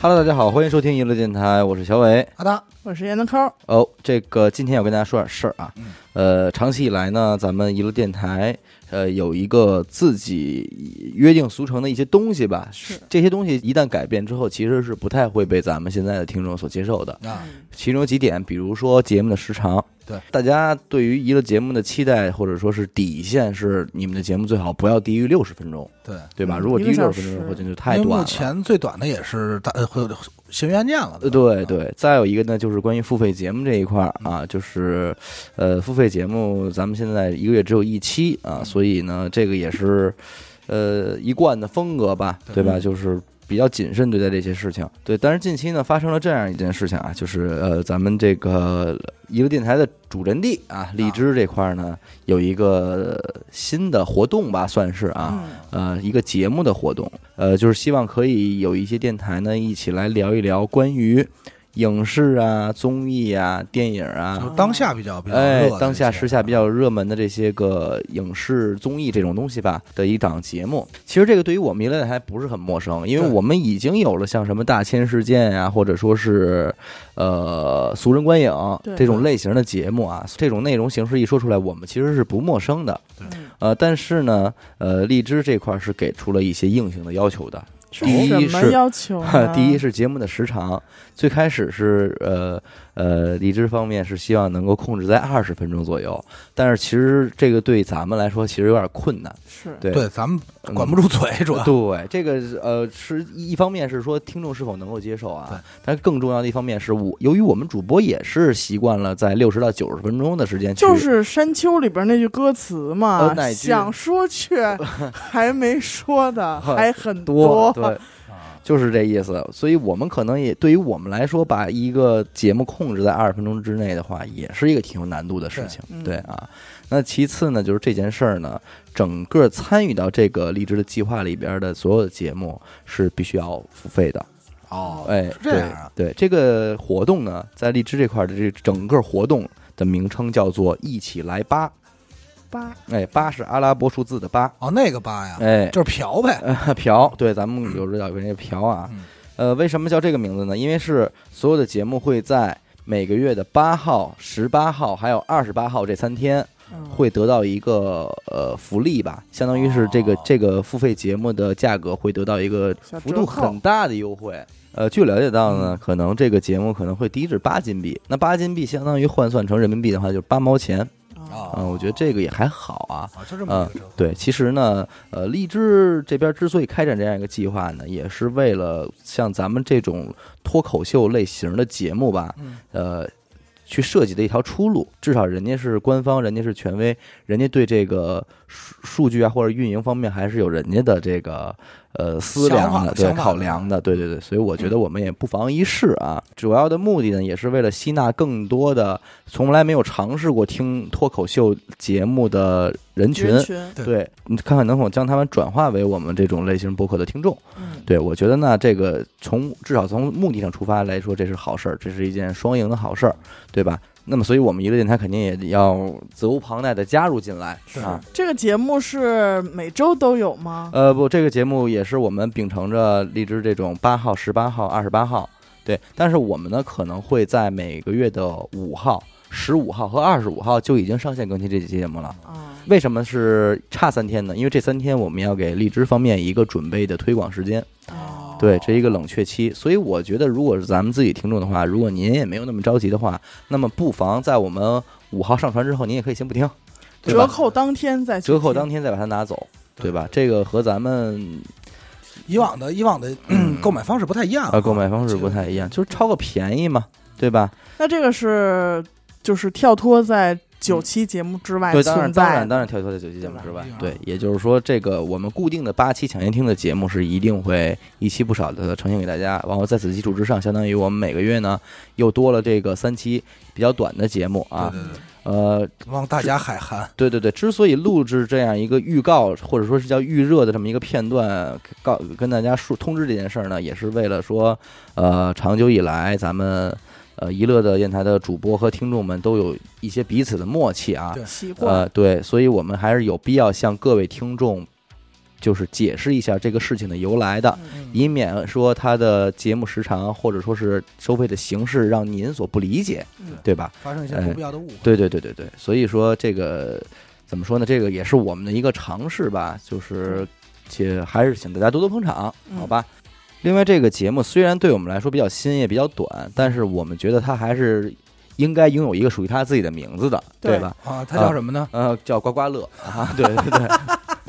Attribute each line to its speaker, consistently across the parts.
Speaker 1: Hello，大家好，欢迎收听娱乐电台，我是小伟。
Speaker 2: 好的，
Speaker 3: 我是闫德抠，
Speaker 1: 哦，这个今天要跟大家说点事儿啊。
Speaker 3: 嗯
Speaker 1: 呃，长期以来呢，咱们娱乐电台呃有一个自己约定俗成的一些东西吧。
Speaker 3: 是
Speaker 1: 这些东西一旦改变之后，其实是不太会被咱们现在的听众所接受的。
Speaker 2: 啊，
Speaker 1: 其中有几点，比如说节目的时长，
Speaker 2: 对
Speaker 1: 大家对于娱乐节目的期待或者说是底线是，你们的节目最好不要低于六十分钟，
Speaker 2: 对，
Speaker 1: 对吧？
Speaker 3: 嗯
Speaker 1: 如果低于
Speaker 3: 一个
Speaker 1: 六
Speaker 3: 小
Speaker 1: 十
Speaker 3: 时
Speaker 1: 分钟，或者就太
Speaker 2: 因为
Speaker 1: 短
Speaker 2: 目
Speaker 1: 了。
Speaker 2: 前最短的也是大呃，会有刑约案件了，啊
Speaker 1: 呃，
Speaker 2: 吧
Speaker 1: 对，对，再有一个呢，就是关于付费节目这一块儿啊，就是，呃，付费节目咱们现在一个月只有一期啊，所以呢，这个也是，呃，一贯的风格吧，对吧？就是比较谨慎对待这些事情。对，但是近期呢，发生了这样一件事情啊，就是呃，咱们这个一个电台的主阵地啊，荔枝这块儿呢，有一个新的活动吧，算是啊，
Speaker 3: 嗯，
Speaker 1: 呃一个节目的活动，呃，就是希望可以有一些电台呢一起来聊一聊关于影视啊、综艺啊、电影
Speaker 2: 就
Speaker 1: 啊，
Speaker 2: 是当下比较比较热
Speaker 1: 哎
Speaker 2: 的这，些，啊
Speaker 1: 当下时下比较热门的这些个影视综艺这种东西吧的一档节目。其实这个对于我们娱乐电台不是很陌生，因为
Speaker 2: 对
Speaker 1: 我们已经有了像什么大千世界呀、或者说是呃俗人观影
Speaker 3: 对
Speaker 1: 这种类型的节目啊，这种内容形式一说出来，我们其实是不陌生的。
Speaker 3: 嗯
Speaker 1: 呃，但是呢，呃，荔枝这块儿是给出了一些硬性的要求的。
Speaker 3: 是
Speaker 1: 第一
Speaker 3: 什么
Speaker 1: 是？
Speaker 3: 要求 呢
Speaker 1: 第一是节目的时长，最开始是呃呃，荔枝方面是希望能够控制在二十分钟左右，但是其实这个对咱们来说其实有点困难，
Speaker 3: 是
Speaker 1: 对
Speaker 2: 对，咱们
Speaker 1: 嗯
Speaker 2: 管不住啊嘴，主要
Speaker 1: 对，这个呃是一一方面是说听众是否能够接受
Speaker 2: 对
Speaker 1: 啊，但是更重要的一方面是我，由于我们主播也是习惯了在六十到九十分钟的时间去，
Speaker 3: 就是《山丘》里边那句歌词嘛
Speaker 1: 呃，哪句
Speaker 3: 想说却还没说的还 很
Speaker 1: 多
Speaker 3: 多，
Speaker 1: 对，就是这意思。所以我们可能也对于我们来说，把一个节目控制在二十分钟之内的话，也是一个挺有难度的事情，
Speaker 3: 对嗯
Speaker 1: 对啊。那其次呢，就是这件事儿呢，整个参与到这个荔枝的计划里边的所有的节目是必须要付费的。
Speaker 2: 哦，
Speaker 1: 哎，
Speaker 2: 是这样啊，
Speaker 1: 对对，这个活动呢，在荔枝这块的这整个活动的名称叫做“一起来吧
Speaker 3: 八”，
Speaker 1: 哎，八是阿拉伯数字的八，
Speaker 2: 哦，那个八呀，
Speaker 1: 哎，
Speaker 2: 就是嫖呗，
Speaker 1: 啊嫖，对，咱们有时候叫人家嫖啊
Speaker 2: 嗯。
Speaker 1: 呃，为什么叫这个名字呢？因为是所有的节目会在每个月的八号、十八号还有二十八号这三天
Speaker 3: 嗯
Speaker 1: 会得到一个呃福利吧，相当于是这个
Speaker 2: 哦
Speaker 1: 这个付费节目的价格会得到一个
Speaker 3: 小
Speaker 1: 幅
Speaker 3: 折
Speaker 1: 度
Speaker 3: 扣
Speaker 1: 很大的优惠。呃，据了解到
Speaker 2: 嗯
Speaker 1: 呢，可能这个节目可能会低至八金币，那八金币相当于换算成人民币的话就是八毛钱。
Speaker 3: 啊
Speaker 2: 哦
Speaker 1: 嗯、我觉得这个也还好啊。
Speaker 2: 啊，就这么一个折
Speaker 1: 对，其实呢，呃，荔枝这边之所以开展这样一个计划呢，也是为了像咱们这种脱口秀类型的节目吧，
Speaker 2: 嗯
Speaker 1: 呃，去设计的一条出路。至少人家是官方，人家是权威，人家对这个数数据啊或者运营方面还是有人家的这个呃思
Speaker 2: 想
Speaker 1: 量
Speaker 2: 法
Speaker 1: 的，对
Speaker 2: 想法
Speaker 1: 考
Speaker 2: 的啊嗯
Speaker 1: 量的，对对对。所以我觉得我们也不妨一试啊。主要的目的呢，也是为了吸纳更多的从来没有尝试过听脱口秀节目的人群。
Speaker 3: 人群，
Speaker 2: 对
Speaker 1: 对你看看能否将他们转化为我们这种类型播客的听众。
Speaker 3: 嗯，
Speaker 1: 对我觉得呢，这个从至少从目的上出发来说，这是好事儿，这是一件双赢的好事儿，对吧？ 那么，所以我们娱乐电台肯定也要责无旁贷的加入进来
Speaker 2: 是
Speaker 1: 啊。
Speaker 3: 这个节目是每周都有吗？
Speaker 1: 呃，不，这个节目也是我们秉承着荔枝这种八号、十八号、二十八号，对。但是我们呢，可能会在每个月的五号、十五号和二十五号就已经上线更新这期节目了。
Speaker 3: 啊，
Speaker 1: 为什么是差三天呢？因为这三天我们要给荔枝方面一个准备的推广时间，
Speaker 3: 哦
Speaker 1: 对，这一个冷却期。所以我觉得，如果是咱们自己听众的话，如果您也没有那么着急的话，那么不妨在我们五号上传之后，您也可以先不听，对吧
Speaker 3: 折扣当天再去
Speaker 1: 折扣
Speaker 3: 听
Speaker 1: 当天再把它拿走，对
Speaker 2: 对
Speaker 1: 吧？这个和咱们
Speaker 2: 以往的以往的嗯购买方式不太一样
Speaker 1: 呃购买方式不太一样，就是超个便宜嘛，对吧？
Speaker 3: 那这个是就是跳脱在九期节目之外
Speaker 1: 对，当然
Speaker 3: 存
Speaker 1: 当
Speaker 3: 在
Speaker 1: 然
Speaker 3: 的，
Speaker 1: 当然跳脱在九期节目之外
Speaker 2: 对吧，啊
Speaker 1: 对，也就是说，这个我们固定的八期抢先听的节目是一定会一期不少的呈现给大家。然后在此基础之上，相当于我们每个月呢又多了这个三期比较短的节目啊。
Speaker 2: 对对对，
Speaker 1: 呃，
Speaker 2: 望大家海涵，
Speaker 1: 对对对，之所以录制这样一个预告或者说是叫预热的这么一个片段，告跟大家说通知这件事儿呢，也是为了说，呃，长久以来咱们呃娱乐的电台的主播和听众们都有一些彼此的默契啊。
Speaker 2: 对
Speaker 3: 习惯
Speaker 1: 呃，对，所以我们还是有必要向各位听众就是解释一下这个事情的由来的，
Speaker 2: 嗯
Speaker 1: 以免说它的节目时长或者说是收费的形式让您所不理解
Speaker 3: 嗯，
Speaker 1: 对吧？
Speaker 2: 发生一些不必要的误会。
Speaker 1: 哎对对对对对，所以说这个怎么说呢？这个也是我们的一个尝试吧，就是且还是请大家多多捧场，
Speaker 3: 嗯
Speaker 1: 好吧？另外，这个节目虽然对我们来说比较新，也比较短，但是我们觉得它还是应该拥有一个属于它自己的名字的，
Speaker 3: 对
Speaker 1: 对吧？
Speaker 2: 啊，它叫什么呢？
Speaker 1: 呃，叫刮刮乐啊， 对对对，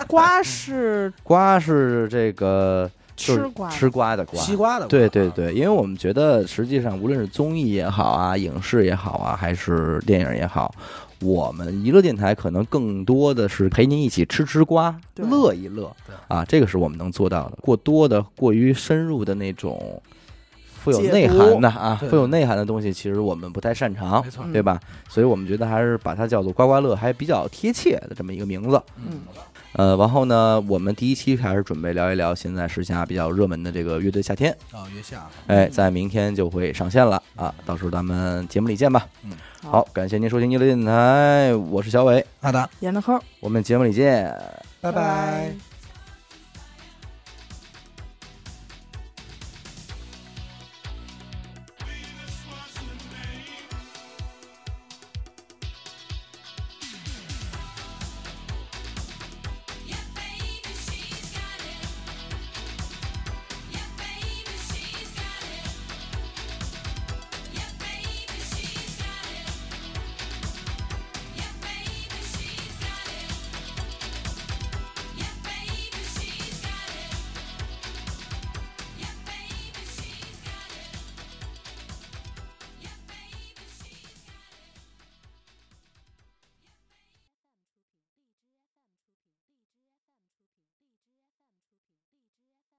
Speaker 3: 瓜是
Speaker 1: 瓜是这个就
Speaker 3: 吃
Speaker 1: 是
Speaker 3: 瓜，
Speaker 1: 吃瓜的瓜，
Speaker 2: 西瓜的瓜。
Speaker 1: 对对
Speaker 2: 啊，
Speaker 1: 对，因为我们觉得，实际上无论是综艺也好啊，影视也好啊，还是电影也好，我们娱乐电台可能更多的是陪您一起吃吃瓜，
Speaker 3: 对
Speaker 1: 乐一乐
Speaker 2: 对
Speaker 1: 啊，这个是我们能做到的。过多的、过于深入的那种富有
Speaker 3: 解
Speaker 1: 内
Speaker 3: 读
Speaker 1: 涵的啊，
Speaker 2: 对
Speaker 1: 富有内涵的东西，其实我们不太擅长
Speaker 2: 啊没，错。
Speaker 3: 嗯
Speaker 1: 对吧？所以我们觉得还是把它叫做“刮刮乐”还比较贴切的这么一个名字。
Speaker 3: 嗯，
Speaker 1: 呃，然后呢，我们第一期还是准备聊一聊现在时下比较热门的这个乐队夏天。
Speaker 2: 啊，月下，
Speaker 1: 哎，
Speaker 3: 嗯
Speaker 1: 在明天就会上线了啊！到时候咱们节目里见吧。
Speaker 2: 嗯，
Speaker 3: 好
Speaker 1: 好，感谢您收听娱乐电台，我是小伟，
Speaker 2: 阿达，
Speaker 3: 盐的抠，
Speaker 1: 我们节目里见。
Speaker 2: 拜拜。
Speaker 3: 拜